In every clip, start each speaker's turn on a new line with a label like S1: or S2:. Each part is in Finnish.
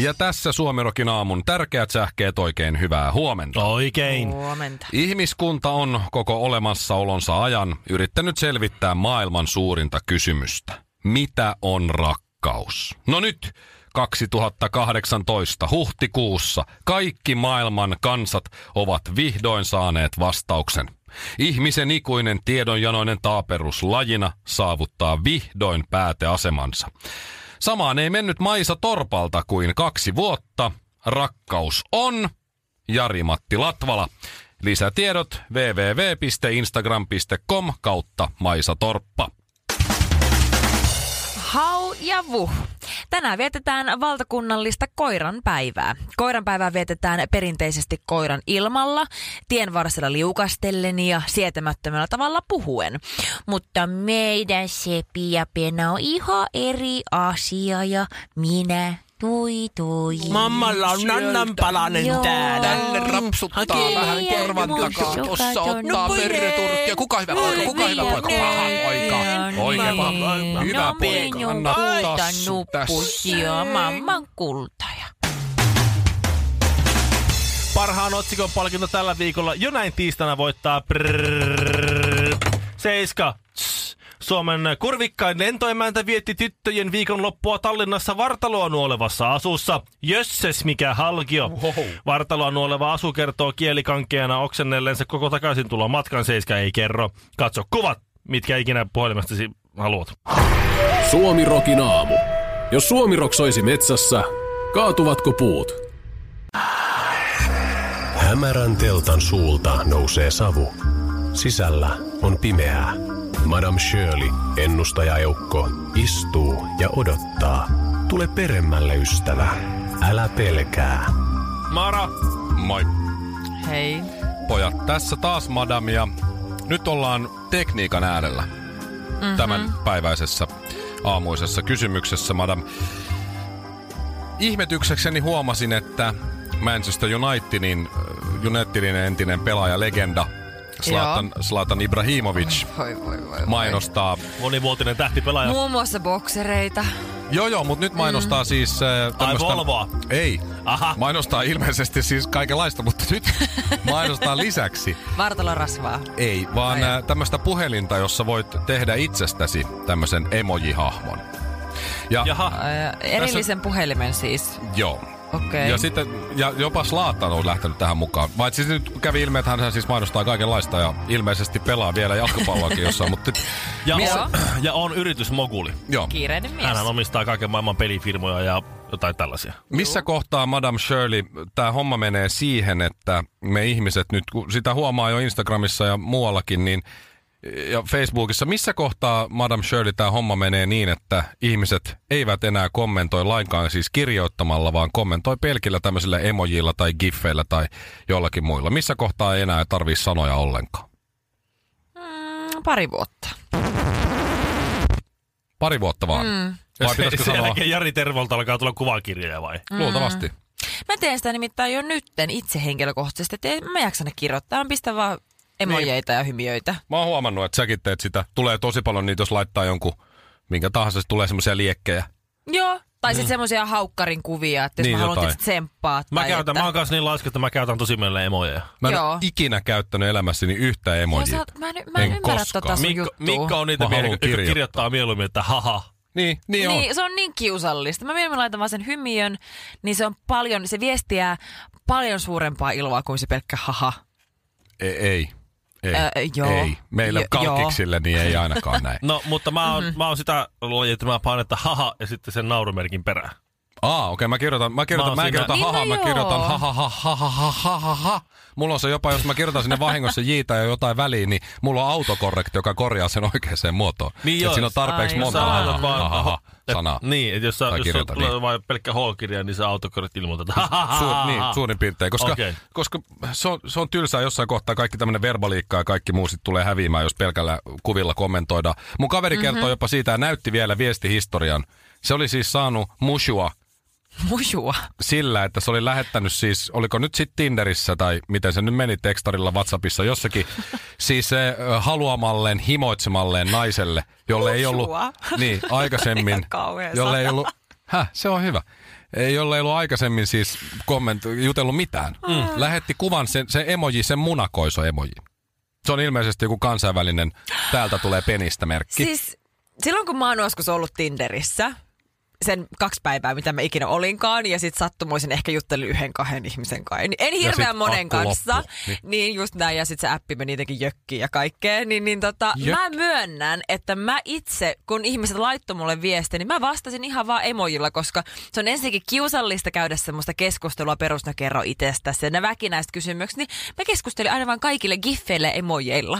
S1: Ja tässä Suomirokin aamun tärkeät sähkeet oikein hyvää huomenta.
S2: Oikein.
S3: Huomenta.
S1: Ihmiskunta on koko olemassaolonsa ajan yrittänyt selvittää maailman suurinta kysymystä. Mitä on rakkaus? No nyt 2018 huhtikuussa kaikki maailman kansat ovat vihdoin saaneet vastauksen. Ihmisen ikuinen tiedonjanoinen taaperus lajina saavuttaa vihdoin pääteasemansa. Samaan ei mennyt Maisa Torpalta kuin kaksi vuotta. Rakkaus on Jari-Matti Latvala. Lisätiedot www.instagram.com kautta Maisa Torppa.
S3: Hau ja vuh. Tänään vietetään valtakunnallista koiran päivää. Koiran päivää vietetään perinteisesti koiran ilmalla, tien varsilla liukastellen ja sietämättömällä tavalla puhuen. Mutta meidän Sepi ja Pena on ihan eri asia ja minä tui tui.
S2: Mammalla on nannan palanen
S3: Joo.
S2: täällä.
S3: Tälle
S1: rapsuttaa
S2: Hakee
S3: vähän korvan
S2: mun
S3: takaa.
S2: sokan.
S3: Tossa ottaa
S2: verreturkkia.
S1: Kuka hyvä
S2: poika? Kuka hyvä poika? Paha poika. Oikein paha.
S1: Hyvä
S3: no,
S1: poika.
S3: minun
S1: Anna
S3: kulta
S1: tassu tässä.
S3: nuppusia, mamman kultaja.
S2: Parhaan otsikon palkinto tällä viikolla jo näin tiistaina voittaa prrrr, Seiska. Tss. Suomen kurvikkain lentoemäntä vietti tyttöjen viikonloppua Tallinnassa vartaloa nuolevassa asussa. Jösses mikä halkio. Vartaloa nuoleva asu kertoo kielikankeana oksennelleensa koko takaisin tulla matkan Seiska ei kerro. Katso kuvat, mitkä ikinä puhelimestasi haluat.
S4: Suomi Rokin aamu. Jos Suomi Rock soisi metsässä, kaatuvatko puut?
S5: Hämärän teltan suulta nousee savu. Sisällä on pimeää. Madame Shirley, ennustajaeukko, istuu ja odottaa. Tule peremmälle, ystävä. Älä pelkää.
S2: Mara,
S1: Moi.
S3: Hei.
S1: Pojat, tässä taas madamia. Nyt ollaan tekniikan äärellä
S3: Mhm.
S1: mm-hmm. tämän päiväisessä aamuisessa kysymyksessä, madam. Ihmetyksekseni huomasin, että Manchester Unitedin, äh, Unitedin entinen pelaaja, legenda, Zlatan, Zlatan Ibrahimovic
S3: Voi, voi, voi,
S1: mainostaa.
S2: monivuotinen tähtipelaaja.
S3: Muun muassa boksereita.
S1: Joo, joo, mutta nyt mainostaa mm. siis... Äh, tämmöstä-
S2: Volvoa.
S1: Ei.
S2: Aha.
S1: Mainostaa ilmeisesti siis kaikenlaista, mutta nyt mainostaa lisäksi
S3: Vartalorasvaa.
S1: Ei, vaan
S3: Ai.
S1: no, tämmöistä puhelinta, jossa voit tehdä itsestäsi tämmöisen emoji-hahmon. Ja,
S2: Jaha.
S3: Äh, erillisen puhelimen siis.
S1: Joo.
S3: Okei.
S1: Ja sitten, ja jopa Slaatan on lähtenyt tähän mukaan. Vai siis nyt kävi ilme, että hän siis mainostaa kaikenlaista ja ilmeisesti pelaa vielä jalkapalloakin jossain, mutta...
S2: Ja,
S3: Missä-
S2: on, ja on yritysmoguli.
S1: Joo.
S3: Kiireinen mies.
S2: Hän omistaa kaiken maailman pelifirmoja ja jotain tällaisia.
S1: Missä kohtaa, Madame Shirley, tämä homma menee siihen, että me ihmiset nyt, kun sitä huomaa jo Instagramissa ja muuallakin, niin ja Facebookissa, missä kohtaa Madame Shirley tämä homma menee niin, että ihmiset eivät enää kommentoi lainkaan siis kirjoittamalla, vaan kommentoi pelkillä tämmöisillä emojilla tai giffeillä tai jollakin muilla. Missä kohtaa ei enää tarvitse sanoja ollenkaan?
S3: Mm, pari vuotta.
S1: Pari vuotta vaan. Mm. Vai pitäisikö
S2: Sen
S1: sanoa?
S2: jälkeen Jari Tervolta alkaa tulla kuvakirjoja vai?
S1: Luultavasti.
S3: Mä teen sitä nimittäin jo nytten itse henkilökohtaisesti, että ei mä jaksa ne kirjoittaa. Mä pistän vaan emojeita ja hymiöitä.
S1: Mä oon huomannut, että säkin teet sitä. Tulee tosi paljon niitä, jos laittaa jonkun, minkä tahansa, se tulee semmoisia liekkejä.
S3: Joo. Tai sitten semmoisia haukkarin kuvia, että jos
S1: Niin,
S3: mä haluan
S1: jotain.
S3: tietysti tsemppaa.
S2: Mä
S3: tai
S2: käytän, mä
S3: että...
S2: oon kanssa niin laiska, että mä käytän tosi meille emoja.
S1: Mä en
S3: Joo.
S1: ole ikinä käyttänyt elämässäni yhtä
S3: Joo,
S1: emojia.
S3: sä oot- Mä en, mä en,
S1: En
S3: ymmärrä
S1: koskaan.
S3: tota sun
S2: Mikko,
S3: juttua.
S2: Mikko on niitä
S1: Mä
S2: miehiä,
S1: haluan
S2: jotka kirjoittaa. mieluummin, että haha.
S1: Niin, niin, on.
S3: Niin, se on niin kiusallista. Mä mieluummin laitan vaan sen hymiön, niin se on paljon, se viestiää paljon suurempaa iloa kuin se pelkkä haha.
S1: Ei, E- ei. Ei,
S3: Ää, joo.
S1: ei. Meillä
S3: Jo-
S1: kalkiksille niin ei ainakaan näin.
S2: Mhm. No, mutta mä oon, mm-hmm. mä oon sitä lajia, että mä painetta haha ja sitten sen naurumerkin perään.
S1: Aa, okei, okay, mä kirjoitan, mä
S2: Mä
S1: kirjoitan,
S2: oon
S1: mä, en
S2: siinä.
S1: kirjoita
S3: Niin,
S1: haha,
S3: no
S1: mä
S3: joo.
S1: kirjoitan ha ha ha ha ha ha ha ha ha. Mulla on se jopa, jos mä kirjoitan sinne vahingossa jiitä ja jotain väliin, niin mulla on autokorrekti, joka korjaa sen oikeaan muotoon.
S2: Niin
S1: Et
S2: joo,
S1: siinä on tarpeeksi
S3: ai
S1: monta
S2: Sä
S3: joo.
S1: ha
S2: laitat
S1: ha
S2: vaan-
S1: ha ha
S2: Et-
S1: sanaa.
S2: Niin, että jos, sä,
S1: Tai
S2: jos sulla
S1: kirjoita,
S2: tulee
S1: niin.
S2: vain pelkkä H-kirja, niin se autokorrekti ilmoitetaan.
S1: Suur, niin, suurin piirtein, koska, okay.
S2: Okei.
S1: koska se, on, se on tylsää jossain kohtaa, kaikki tämmöinen verbaliikka ja kaikki muu sit tulee häviämään, jos pelkällä kuvilla kommentoidaan. Mun kaveri mm-hmm. kertoi jopa siitä ja näytti vielä viestihistorian. Se oli siis saanut mushua
S3: Mujua.
S1: sillä, että se oli lähettänyt siis, oliko nyt sitten Tinderissä tai miten se nyt meni tekstarilla, Whatsappissa jossakin, siis se ö, haluamalleen, himoitsemalleen naiselle, jolle ei ollut,
S3: Usua.
S1: niin aikaisemmin,
S3: Aika kauheesa.
S1: jolle ei ollut, häh, se on hyvä, Ei, jolle ei ollut aikaisemmin siis komment, jutellut mitään. Mm. Lähetti kuvan, sen, se emoji, sen munakoiso emoji. Se on ilmeisesti joku kansainvälinen, täältä tulee penistä merkki.
S3: Siis silloin kun mä oon joskus ollut Tinderissä, sen kaksi päivää, mitä mä ikinä olinkaan, ja sitten sattumoisin ehkä juttelin yhden kahden ihmisen kanssa. Niin, En- En hirveän
S1: sit
S3: monen
S1: akku
S3: kanssa.
S1: loppuu. Niin.
S3: Niin. niin just näin, ja sitten se appi meni jotenkin jökkiin ja kaikkea. Niin, niin tota,
S1: Jök.
S3: mä myönnän, että mä itse, kun ihmiset laittoi mulle viestiä, niin mä vastasin ihan vaan emojilla, koska se on ensinnäkin kiusallista käydä semmoista keskustelua perusna kerro itsestäsi. Ja ne väkinäiset kysymykset, niin mä keskustelin aina vaan kaikille giffeille emojeilla.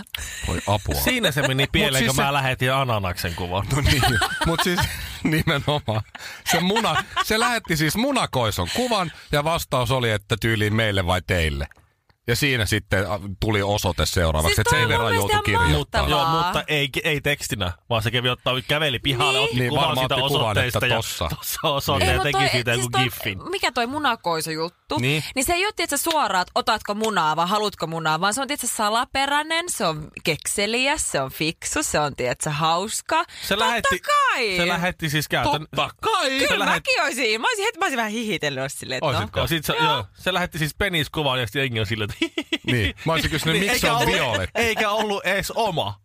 S1: Voi apua.
S2: Siinä se meni pieleen,
S1: siis
S2: kun
S1: se-
S2: mä lähetin Ananaksen kuvan.
S1: No niin, mutta siis nimenomaan. Se, muna, se lähetti siis munakoison kuvan ja vastaus oli, että tyyliin meille vai teille. Ja siinä sitten äh, tuli osoite seuraavaksi,
S3: Siis
S1: että sen
S3: toi on mun
S1: verran
S3: mielestä
S1: joutui
S3: ihan
S1: kirjoittamaan.
S3: mahtavaa.
S2: Joo,
S3: Vaan.
S2: mutta ei, ei tekstinä, vaan se kävi ottaa, käveli pihalle,
S3: Niin.
S2: otti
S1: Niin,
S2: kuvan
S1: varmaan
S2: sitä
S1: otti kuvan, että
S2: osoitteista ja
S1: tossa.
S2: tossa osoite
S3: Ei,
S2: ja
S3: mut
S2: teki
S3: toi-
S2: siitä
S3: et
S2: joku
S3: toi-
S2: giffin.
S3: Mikä toi munakoiso juttu?
S1: Niin.
S3: Niin. niin se ei ole tietysti suoraan, että otatko munaa vai haluatko munaa, vaan se on tietysti salaperäinen, se on kekseliä, se on fiksu, se on tietysti hauska.
S2: Se lähetti,
S3: Totta kai!
S2: se lähetti siis käytän...
S1: Totta kai!
S2: Se
S3: Kyllä
S2: lähetti,
S3: mäkin olisin. Mä olisin, heti, mä olisin vähän hihitellyt olisi silleen, että no.
S1: Oisitko?
S2: joo, sit se, joo. se lähetti siis peniskuvan ja sitten jengi on silleen, että
S1: Niin. Mä olisin kysynyt, miksi se
S2: eikä
S1: on
S2: ollut-
S1: violetti?
S2: Eikä ollut edes oma.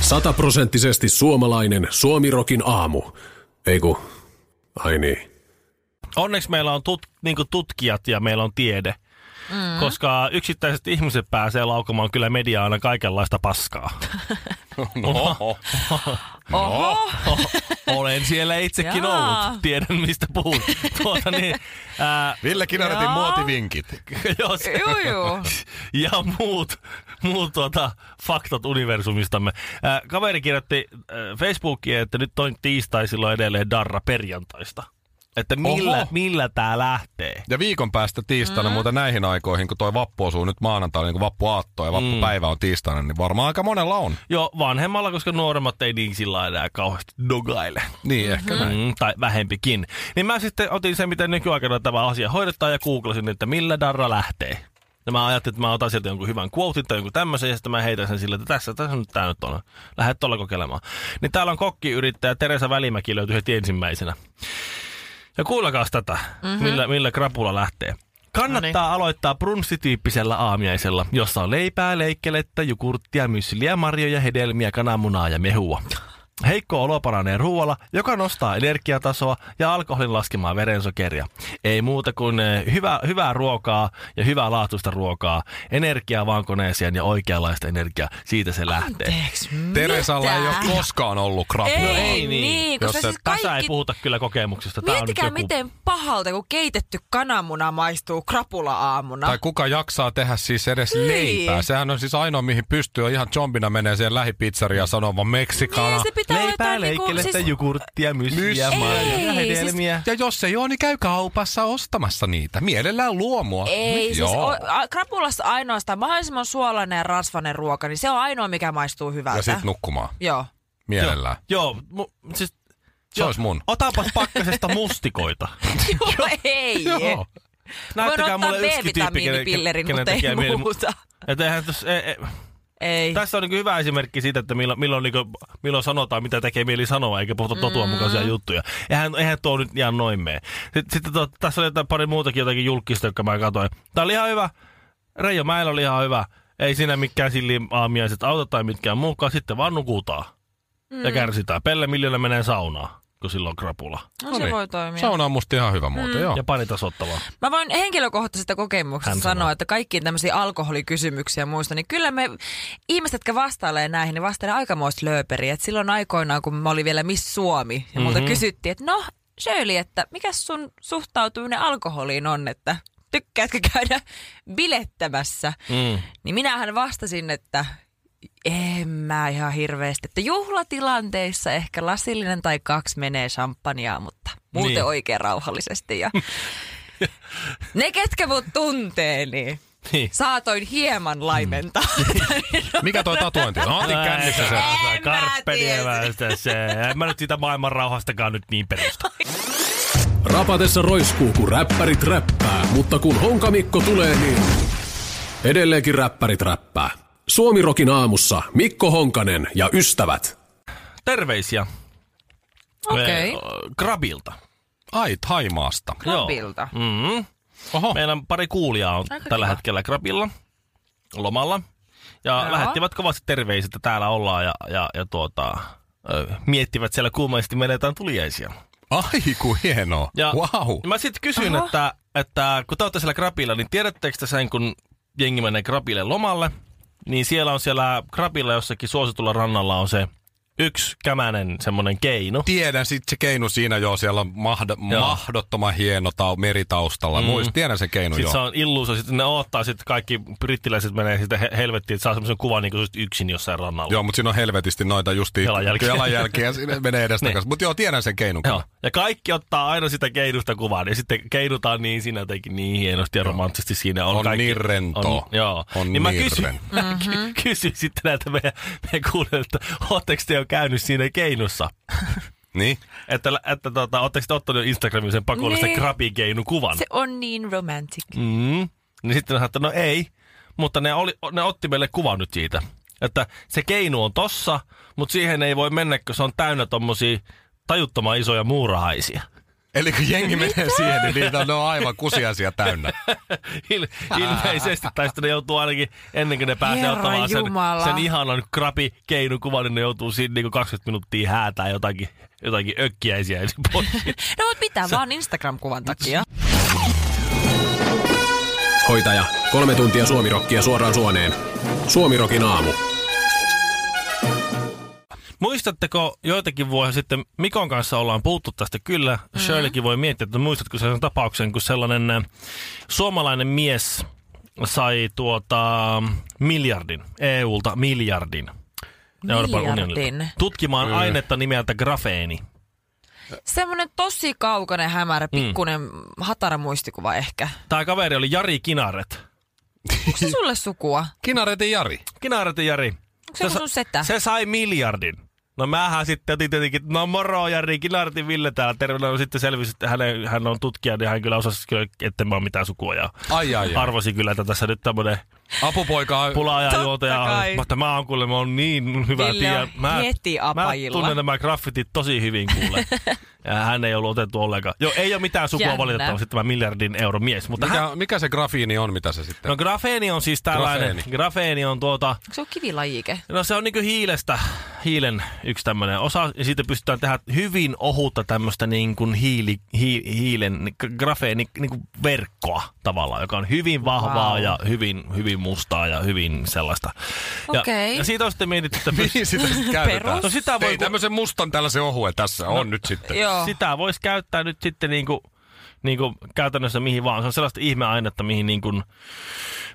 S4: Sataprosenttisesti suomalainen Suomirokin aamu. Eiku, ai niin.
S2: onneksi meillä on tut, niin tutkijat ja meillä on tiede. Mm. Koska yksittäiset ihmiset pääsee laukomaan kyllä mediaa aina kaikenlaista paskaa.
S1: No.
S2: no.
S3: Oho,
S2: Olen siellä itsekin
S3: Jaa.
S2: ollut. Tiedän, mistä puhut. Tuota niin, ää,
S1: Ville Kinaretin
S3: Joo.
S1: muotivinkit.
S2: jos,
S3: juu, juu.
S2: ja muut, muut tuota, faktat universumistamme. Ää, kaveri kirjoitti ää, Facebookiin, että nyt on tiistaisilla edelleen darra perjantaista. Että millä,
S1: Oho.
S2: millä tämä lähtee.
S1: Ja viikon päästä tiistaina mm. muuten näihin aikoihin, kun toi vappu osuu nyt maanantaina, niin kuin vappuaatto ja vappupäivä on tiistaina, niin varmaan aika monella on.
S2: Joo, vanhemmalla, koska nuoremmat ei niin sillä lailla enää kauheasti dogaile.
S1: Niin ehkä näin.
S2: Mm, tai vähempikin. Niin mä sitten otin sen, miten nykyaikana tämä asia hoidetaan ja googlasin, että millä darra lähtee. Ja mä ajattelin, että mä otan sieltä jonkun hyvän quotein tai jonkun tämmöisen, ja sitten mä heitän sen sille, että tässä, tässä nyt tää nyt on. Lähde tuolla kokeilemaan. Niin täällä on kokkiyrittäjä Teresa Välimäki löytyy heti ensimmäisenä. Ja kuullakas tätä,
S3: Mhm.
S2: mm-hmm. millä, millä krapula lähtee. Kannattaa Noniin. aloittaa brunssityyppisellä aamiaisella, jossa on leipää, leikkelettä, jukurttia, mysliä, marjoja, hedelmiä, kananmunaa ja mehua. Heikko olo paranee ruoalla, joka nostaa energiatasoa ja alkoholin laskemaa verensokeria. Ei muuta kuin eh, hyvä, hyvää ruokaa ja hyvää laatuista ruokaa. Energiaa vaan koneeseen ja oikeanlaista energiaa. Siitä se lähtee.
S3: Anteeksi,
S1: Teresalla ei
S3: mitä?
S1: ole koskaan ollut krapulaa.
S3: Ei,
S2: ei
S3: niin,
S2: niin.
S3: niin koska
S1: Jos
S3: siis
S1: et-
S3: kaikki...
S2: Tässä ei puhuta kyllä kokemuksesta. Tää on nyt
S3: Miettikää,
S2: joku...
S3: miten pahalta, kun keitetty kananmuna maistuu Niin, krapula-aamuna.
S1: Tai kuka jaksaa tehdä siis edes
S3: No. Niin.
S1: leipää? Sehän on siis ainoa, mihin pystyy. On Ihan zombina menee siihen lähipizzeriaan ja sanoo vaan Meksikana.
S3: niin, se pitää olla
S2: Leipää,
S3: jotain niinku-
S2: leikkelettä,
S3: siis-
S2: jukurttia, mysliä,
S1: Mysliä.
S2: marjoja,
S3: Ei, siis-
S2: hedelmiä.
S1: Ja jos ei ole, niin käy kaupassa ostamassa niitä. Mielellään luomua.
S3: Ei, siis
S1: Joo.
S3: o, a, krapulassa ainoastaan mahdollisimman suolainen ja rasvanen ruoka, niin se on ainoa, mikä maistuu hyvältä.
S1: Ja sit nukkumaan.
S3: Joo.
S1: Mielellään. Joo.
S2: Joo, mu, siis,
S1: Se olisi mun.
S2: otapas pakkasesta mustikoita.
S3: Joo, ei.
S1: Joo.
S3: Voin
S2: Näyttäkää
S3: ottaa
S2: mulle yksi tyyppi, kenen-
S3: B-vitamiinipillerin,
S2: kenen
S3: mutta
S2: tekee
S3: ei
S2: mieli-
S3: muuta.
S2: Et eihän tos, e, e,
S3: Ei.
S2: tässä on niinku hyvä esimerkki siitä, että milloin, milloin, niinku, milloin sanotaan, mitä tekee mieli sanoa, eikä puhuta totuanmukaisia mm. juttuja. Eihän, eihän tuo nyt ihan noin mene. Sitten, sitten to, tota, tässä oli jotain pari muutakin jotakin julkista, jotka mä katsoin. Tää oli ihan hyvä. Reijo Mäellä oli ihan hyvä. Ei siinä mikään silliin aamiaiset auta tai mitkään muukaan. Sitten vaan nukutaan mm. ja kärsitään. Pelle Miljöllä menee saunaan, kun sillä on krapula.
S3: No, se
S1: niin.
S3: voi toimia.
S1: Sauna on musta ihan hyvä muuten, mm. joo.
S2: Ja pani tasoittavaa.
S3: Mä voin henkilökohtaisesta kokemuksesta
S2: Hän
S3: sanoa,
S2: sanoo.
S3: sanoa, että kaikkiin tämmöisiä alkoholikysymyksiä ja muista, niin kyllä me ihmiset, jotka vastailee näihin,
S2: Mhm.
S3: niin vastailee aikamoista lööperiä. Et silloin aikoinaan, kun mä olin vielä Miss Suomi, ja multa mm-hmm. kysyttiin, että no, Shirley, että mikä sun suhtautuminen alkoholiin on, että tykkäätkö käydä bilettämässä? Mm. Niin minähän vastasin, että en mä ihan hirveästi. Että juhlatilanteissa ehkä lasillinen tai kaksi menee champagnea, mutta muuten
S2: Niin.
S3: niin. oikein rauhallisesti. Ja ne, ketkä mut tuntee, niin
S2: Niin.
S3: saatoin hieman laimentaa.
S2: Mm.
S1: Mikä toi tatuointi? No, otin kännissä se.
S3: En mä tiedä.
S2: Karppedievästä se. En mä nyt siitä maailman rauhastakaan nyt niin perusta.
S4: Rapatessa roiskuu, kun räppärit räppää, mutta kun Honkamikko tulee, niin edelleenkin räppärit räppää. Suomirokin aamussa Mikko Honkanen ja ystävät.
S2: Terveisiä.
S3: Okei,
S2: Ö, Krabilta.
S1: Ai, Taimaasta.
S3: Krabilta.
S2: Mm-hmm.
S1: Oho.
S2: Meillä on pari kuulijaa on
S3: Oh. Aika
S2: tällä
S3: kiva.
S2: hetkellä Krabilla lomalla. Ja
S3: Joo.
S2: lähettivät kovasti terveisiä, että täällä ollaan ja, ja, ja tuota, ö, miettivät siellä kuumaisesti meillä jotain tuliaisia.
S1: Ai, kun hienoa.
S2: Ja
S1: Wow.
S2: Mä sitten kysyin,
S3: Aha.
S2: että, että kun te olette siellä Krapilla, niin tiedättekö te sen, kun jengi menee Krapille lomalle, niin siellä on siellä Krapilla jossakin suositulla rannalla on se yksi kämänen semmoinen keino.
S1: Tiedän sit se keinu siinä joo, siellä on mahd-
S2: Joo.
S1: mahdottoman hieno tau, meritaustalla. Mm. Muist, tiedän sen keinu
S2: Sitten se
S1: joo.
S2: on illuusio, sitten ne odottaa, sitten kaikki brittiläiset menee sitten he- helvettiin, että saa semmoisen kuvan niin kuin yksin jossain rannalla.
S1: Joo, mutta siinä on helvetisti noita justi
S2: Jalanjälkiä.
S1: jalanjälkiä siinä menee edestakas.
S2: Niin.
S1: Mutta joo, tiedän sen keinun
S2: Joo.
S1: kyllä.
S2: Ja kaikki ottaa aina sitä keinusta kuvan ja sitten keinutaan niin siinä jotenkin niin hienosti ja romanttisesti siinä. On,
S1: On
S2: kaikki,
S1: niin rentoa.
S2: On, joo.
S1: On
S2: niin mä
S1: niin
S2: kysyin,
S1: rentoa.
S2: mm-hmm. kysyin sitten näitä meidän, meidän kuulijoilta, että ootteko te jo käynyt siinä keinussa?
S1: Niin?
S2: Että, että tota, ootteko te ottanut jo Instagramin sen pakollisen
S3: Niin.
S2: krapikeinu kuvan?
S3: Se on niin romantic.
S2: Mm. Niin sitten ne sanoi, että no ei, mutta ne, oli, ne otti meille kuvan nyt siitä, että se keinu on tossa, mutta siihen ei voi mennä, kun se on täynnä tommosia tajuttoman isoja muurahaisia.
S1: Eli kun jengi menee siihen, niin niitä on, ne on aivan kusiasia täynnä.
S2: Il- ilmeisesti, tai sitten ne joutuu ainakin ennen kuin ne pääsee
S3: Herra
S2: ottamaan sen,
S3: Jumala.
S2: sen ihanan krapi keinukuvan, niin ne joutuu siinä niin 20 minuuttia häätään jotakin, jotakin ökkiäisiä ensin pois.
S3: No mut mitä, vaan Instagram-kuvan takia.
S4: Hoitaja, kolme tuntia suomirokkia suoraan suoneen. Suomirokin aamu.
S2: Muistatteko joitakin vuosia sitten, Mikon kanssa ollaan puhuttu tästä kyllä, mm-hmm. Shirleykin voi miettiä, että muistatko sen tapauksen, kun sellainen ä, suomalainen mies sai tuota miljardin, EUlta miljardin. ja Euroopan
S3: Miljardin?
S2: unionilta, Tutkimaan ainetta nimeltä grafeeni.
S3: Semmonen tosi kaukainen hämärä,
S2: Mm.
S3: pikkunen hatara muistikuva ehkä.
S2: Tämä kaveri oli Jari Kinaret.
S3: Onko se sulle sukua?
S1: Kinaretin Jari.
S2: Kinaret ja Jari.
S3: Onko se joku sun setä?
S2: se sai miljardin. No mähän sitten otin tietenkin, no moro Jari Kinaretin Ville täällä. Tervetuloa No sitten selvisi, että hänen, hän on tutkija, niin hän kyllä osasi kyllä, että mä oon mitään sukua. Ja
S1: Ai, ai, ai.
S2: arvasi kyllä, että tässä nyt tämmönen
S1: Apupoika on
S2: pulaaja
S3: Totta
S2: juotaja.
S3: kai.
S2: Mutta mä oon kuule, mä oon niin hyvä
S3: Ville
S2: tiedä.
S3: on
S2: Mä,
S3: heti
S2: mä
S3: apajilla.
S2: tunnen nämä graffitit tosi hyvin kuule. ja hän ei ollut otettu ollenkaan. Joo, ei ole mitään sukua
S3: Jännä.
S2: valitettavasti tämä miljardin euro mies. Mutta hän,
S1: Mikä, mikä se grafiini on, mitä se sitten...
S2: no grafeeni on siis tällainen, grafeeni,
S1: Grafeeni.
S2: grafeeni on tuota,
S3: Onko se on kivilajike?
S2: No se on niinku hiilestä, hiilen yksi tämmöinen osa, ja siitä pystytään tehdä hyvin ohutta tämmöistä niinku hiili, hi, hiilen, ni- g- grafeen, niinku verkkoa tavallaan, joka on hyvin vahvaa wow.
S3: Vau.
S2: ja hyvin, hyvin mustaa ja hyvin sellaista.
S3: Okei.
S2: Ja, ja siitä on sitten mietitty, että pyst-
S1: Mihin sitä sitten käytetään?
S3: Perus.
S2: No sitä voi
S1: Tein
S2: ku- No,
S1: tämmöisen mustan tällaisen ohuen tässä, on nyt sitten.
S3: Joo.
S2: sitä voisi käyttää nyt sitten niinku, niinku käytännössä mihin vaan. Se on sellaista ihmeainetta, mihin niinku,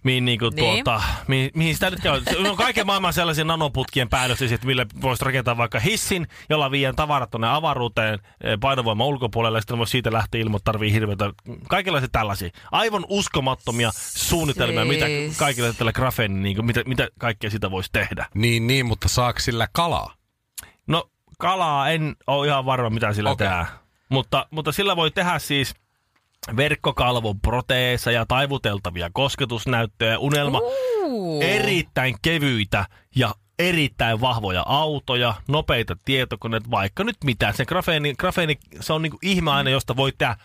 S2: mihin, niinku niin.
S3: Niin.
S2: tuota, mihin, mihin sitä nyt käytetään. On kaiken maailman sellaisia nanoputkien päällystöisiä, että millä voisi rakentaa vaikka hissin, jolla viedään tavarat tuonne avaruuteen eh, painovoiman ulkopuolelle, ja sitten voisi siitä lähteä ilman, että tarvii hirveätä. Kaikenlaisia tällaisia. Aivan uskomattomia suunnitelmia, mitä
S3: Siis.
S2: kaikilla tällä grafeen, niinku, mitä, mitä kaikkea sitä voisi tehdä.
S1: Niin, niin, mutta saako sillä kalaa?
S2: No kalaa en ole ihan varma, mitä sillä okay.
S1: Okei.
S2: tehdään. Mutta, mutta sillä voi tehdä siis verkkokalvon proteeseja, ja taivuteltavia kosketusnäyttöjä, unelma,
S3: Uu.
S2: erittäin kevyitä ja erittäin vahvoja autoja, nopeita tietokoneita, vaikka nyt mitä. Se grafeeni, grafeeni se on niinku ihmeaine, josta voi tehdä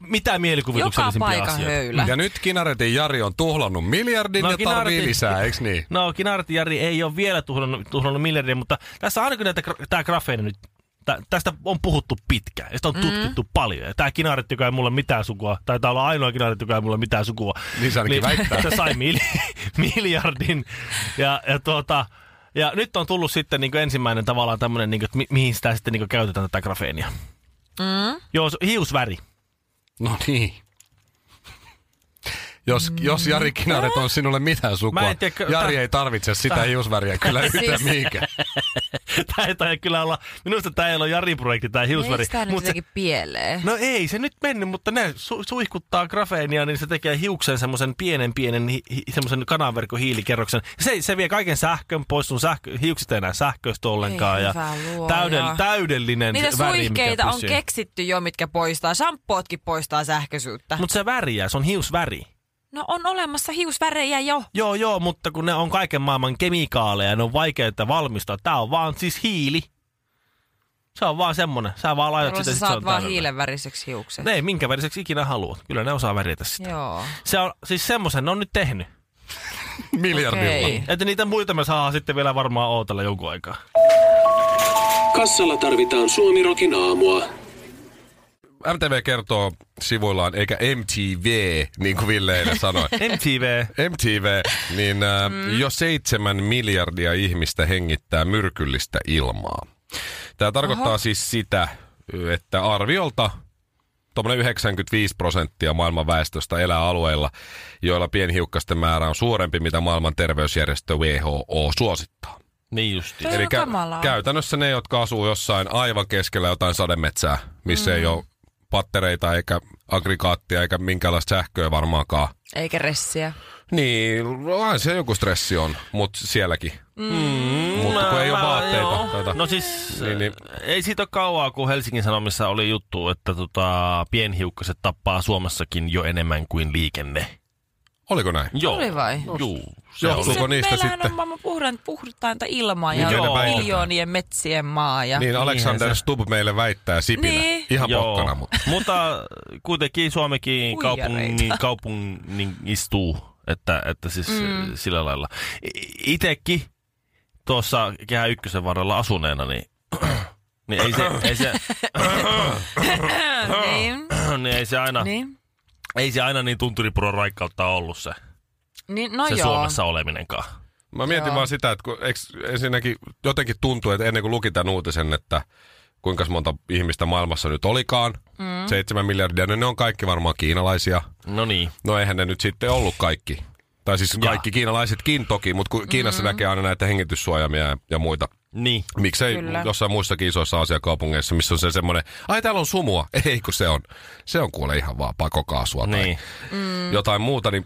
S2: mitä
S3: Joka
S2: mielikuvituksellisimpia
S3: paikka
S2: asioita.
S3: höylä.
S1: Ja nyt Kinaretin Jari on tuhlannut miljardin
S2: No,
S1: ja tarvii
S2: Kinaretin-
S1: lisää, eikö niin?
S2: No, Kinarti Jari ei ole vielä tuhlannut, tuhlannut miljardia, mutta tässä aina kun näitä, tämä grafeeni nyt, tä, tästä on puhuttu pitkään ja sitä on mm. tutkittu paljon. Ja tämä Kinaretti, joka ei mulla mitään sukua, tai tämä olla ainoa Kinaretti, joka ei mulla mitään sukua.
S1: Niin se ainakin väittää.
S2: Se sai mil, miljardin. Ja, ja, tuota, niinku ja nyt on tullut sitten niin ensimmäinen tavallaan tämmöinen, niin että mi, mihin sitä sitten niin käytetään tätä niinku grafeenia. Mm. Joo, se- hiusväri.
S1: No niin. Jos, jos Jari Kinaret on sinulle mitään sukua,
S2: Mä en tiedä, ky-
S1: Jari
S2: tää- Siis-
S1: ei tarvitse sitä hiusväriä kyllä yhtään mihinkään.
S2: Tää ei tai kyllä olla, minusta tää ei ole Jarin projekti, tää hiusväri.
S3: Eikö tää nyt
S2: Mut se,
S3: jotenkin pieleen?
S2: no ei se nyt mennyt, mutta ne su, suihkuttaa grafeenia, niin se tekee hiuksen semmoisen pienen pienen hi, hi, semmoisen kananverkkohiilikerroksen. Se, se vie kaiken sähkön pois, sun sähkö, hiukset ei enää sähköistä ollenkaan.
S3: Ei
S2: ja
S3: hyvä luoja.
S2: täydell, täydellinen
S3: Niitä
S2: väri, mikä
S3: suihkeita on
S2: pysyy.
S3: keksitty jo, mitkä poistaa. Shampootkin poistaa sähköisyyttä.
S2: Mutta se väriä, se on hiusväri.
S3: No on olemassa hiusvärejä jo.
S2: Joo, joo, mutta kun ne on kaiken maailman kemikaaleja, ne on vaikeita valmistaa. Tää on vaan siis hiili. Se on vaan semmonen. Sä vaan laitat
S3: Jolloin
S2: sitä,
S3: sä
S2: sit se
S3: saat
S2: on
S3: vaan
S2: täydellinen.
S3: hiilen väriseksi hiukset.
S2: Ne ei minkä väriseksi ikinä haluat. Kyllä ne osaa värjätä sitä.
S3: Joo.
S2: Se on, siis semmosen ne on nyt tehnyt.
S1: Miljardilla.
S3: Okei.
S2: Että niitä muita me saa sitten vielä varmaan ootella jonkun aikaa.
S4: Kassalla tarvitaan Suomirokin aamua.
S1: MTV kertoo sivuillaan, eikä MTV, niin kuin Ville eilen sanoi.
S2: MTV.
S1: MTV, niin äh, mm. jo seitsemän miljardia ihmistä hengittää myrkyllistä ilmaa. Tämä tarkoittaa Aha. siis sitä, että arviolta tuommoinen 95 prosenttia maailman väestöstä elää alueilla, joilla pienhiukkasten määrä on suurempi, mitä maailman terveysjärjestö WHO suosittaa.
S2: Niin justi.
S3: Toi on kamalaa.
S1: käytännössä ne, jotka asuu jossain aivan keskellä jotain sademetsää, missä mm. ei ole pattereita eikä aggregaattia eikä minkäänlaista sähköä varmaankaan,
S3: Eikä ressiä.
S1: niin, aina se joku stressi on, mutta sielläkin. Mm. Mutta kun ei ole vaatteita. Tuota.
S2: No siis,
S1: Niin,
S2: niin,
S1: niin.
S2: niin. ei siitä ole kauaa, kun Helsingin Sanomissa oli juttu, että tota, pienhiukkaset tappaa Suomessakin jo enemmän kuin liikenne.
S1: Oliko näin?
S2: Joo.
S3: Oli vai?
S2: Juu. Se
S1: Joo.
S2: oli.
S1: Tulko niistä
S3: meillähän
S1: sitten?
S3: on maailman puhdan, puhtainta ilmaa
S1: Niin,
S3: ja
S1: kyllä väitetään.
S3: miljoonien metsien maa. Ja...
S1: Niin, Alexander
S2: se-
S1: Stubb meille väittää Sipinä.
S3: Niin.
S1: Ihan pokkana, mutta
S2: mutta kuitenkin Suomikin
S3: Huijareita.
S2: kaupungin, kaupungin niin istuu, että, että siis mm. sillä lailla. I- Itekin tuossa Kehä Ykkösen varrella asuneena, niin, niin ei se, ei se,
S3: niin,
S2: niin ei se aina, niin.
S3: niin,
S2: ei se aina niin tunturipuron raikkautta ollut se,
S3: niin, no
S2: se
S3: joo.
S2: Suomessa oleminenkaan.
S1: mä mietin
S3: Joo.
S1: vaan sitä, että kun, eks, ensinnäkin jotenkin tuntuu, että ennen kuin luki tämän uutisen, että kuinka monta ihmistä maailmassa nyt olikaan, mm. 7 miljardia, no ne on kaikki varmaan kiinalaisia.
S2: No niin.
S1: No eihän ne nyt sitten ollut kaikki. Tai siis kaikki kiinalaisetkin toki, mutta kun Kiinassa mm. näkee aina näitä hengityssuojaimia ja, ja muita.
S2: Niin.
S1: Miksei Kyllä.
S3: Kyllä.
S1: jossain muissakin isoissa asiakaupungeissa, missä on se semmoinen, ai täällä on sumua. Ei kun se on, se on kuule ihan vaan pakokaasua tai
S2: Niin.
S1: mm. jotain muuta. Niin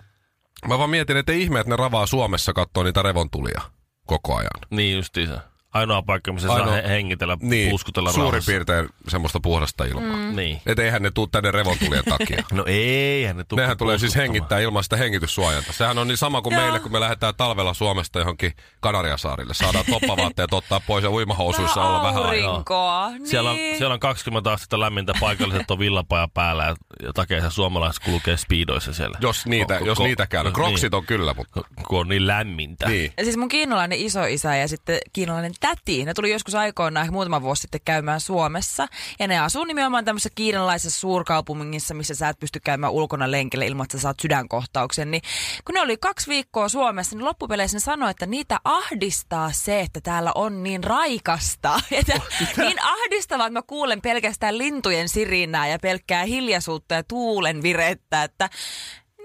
S1: mä vaan mietin, että ihme, että ne ravaa Suomessa kattoo niitä revontulia koko ajan.
S2: Niin justiinsa. Ainoa paikka, missä Ainoa. saa
S1: Ainoa-
S2: he- hengitellä,
S1: Niin,
S2: niin. puuskutella
S1: suurin
S2: rauhassa.
S1: piirtein semmoista puhdasta ilmaa. Mm.
S2: Niin.
S1: Että eihän ne tuu tänne revontulien takia.
S2: No eihän ne tule
S1: Nehän tulee siis hengittää ilman sitä hengityssuojanta. Sehän on niin sama kuin meillä, kun me lähdetään talvella Suomesta johonkin Kanariasaarille. Saadaan toppavaatteet ottaa pois ja uimahousuissa olla vähän aikaa.
S3: aurinkoa. Niin.
S2: Siellä on, siellä on 20 astetta lämmintä, paikalliset on villapaja päällä ja, ja takeessa suomalaiset kulkee speedoissa siellä.
S1: Jos niitä,
S2: Ko-
S1: jos
S2: ko-
S1: niitä käy. No,
S2: niin.
S1: Kroksit on kyllä, mutta...
S2: Ko- Kun on niin lämmintä.
S1: Niin.
S3: Siis mun kiinalainen isoisä ja sitten kiinalainen täti, ne tuli joskus aikoinaan ehkä muutama vuosi sitten käymään Suomessa. Ja ne asuu nimenomaan tämmöisessä kiinalaisessa suurkaupungissa, missä sä et pysty käymään ulkona lenkillä ilman, että sä saat sydänkohtauksen. Niin kun ne oli kaksi viikkoa Suomessa, niin loppupeleissä ne sanoi, että niitä ahdistaa se, että täällä on niin raikasta. Että
S1: Oh,
S3: niin ahdistavaa, että mä kuulen pelkästään lintujen sirinää ja pelkkää hiljaisuutta ja tuulen virettä, että...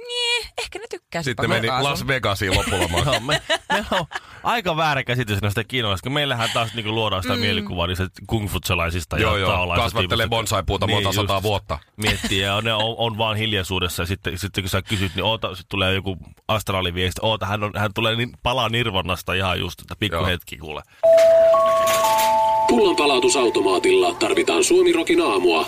S3: Niin, ehkä ne tykkää
S1: Sitten meni Las Vegasiin loppulomaan.
S2: No, me, meillä on aika väärä käsitys näistä kiinalaisista, kun meillähän taas niinku luodaan sitä mm. mielikuvaa niistä kungfutsalaisista
S1: Joo,
S2: ja
S1: joo.
S2: taolaisista
S1: Kasvattelee
S2: ihmisistä.
S1: bonsai-puuta monta
S2: just.
S1: sataa vuotta.
S2: Miettii, ja ne on, on vaan hiljaisuudessa, ja sitten, sitten kun sä kysyt, niin oota, sit tulee joku astraaliviesti, oota, hän, on, hän tulee niin, palaa nirvannasta ihan just, että pikku
S1: Joo.
S2: hetki kuule.
S4: Pullon palautusautomaatilla tarvitaan Suomirokin aamua.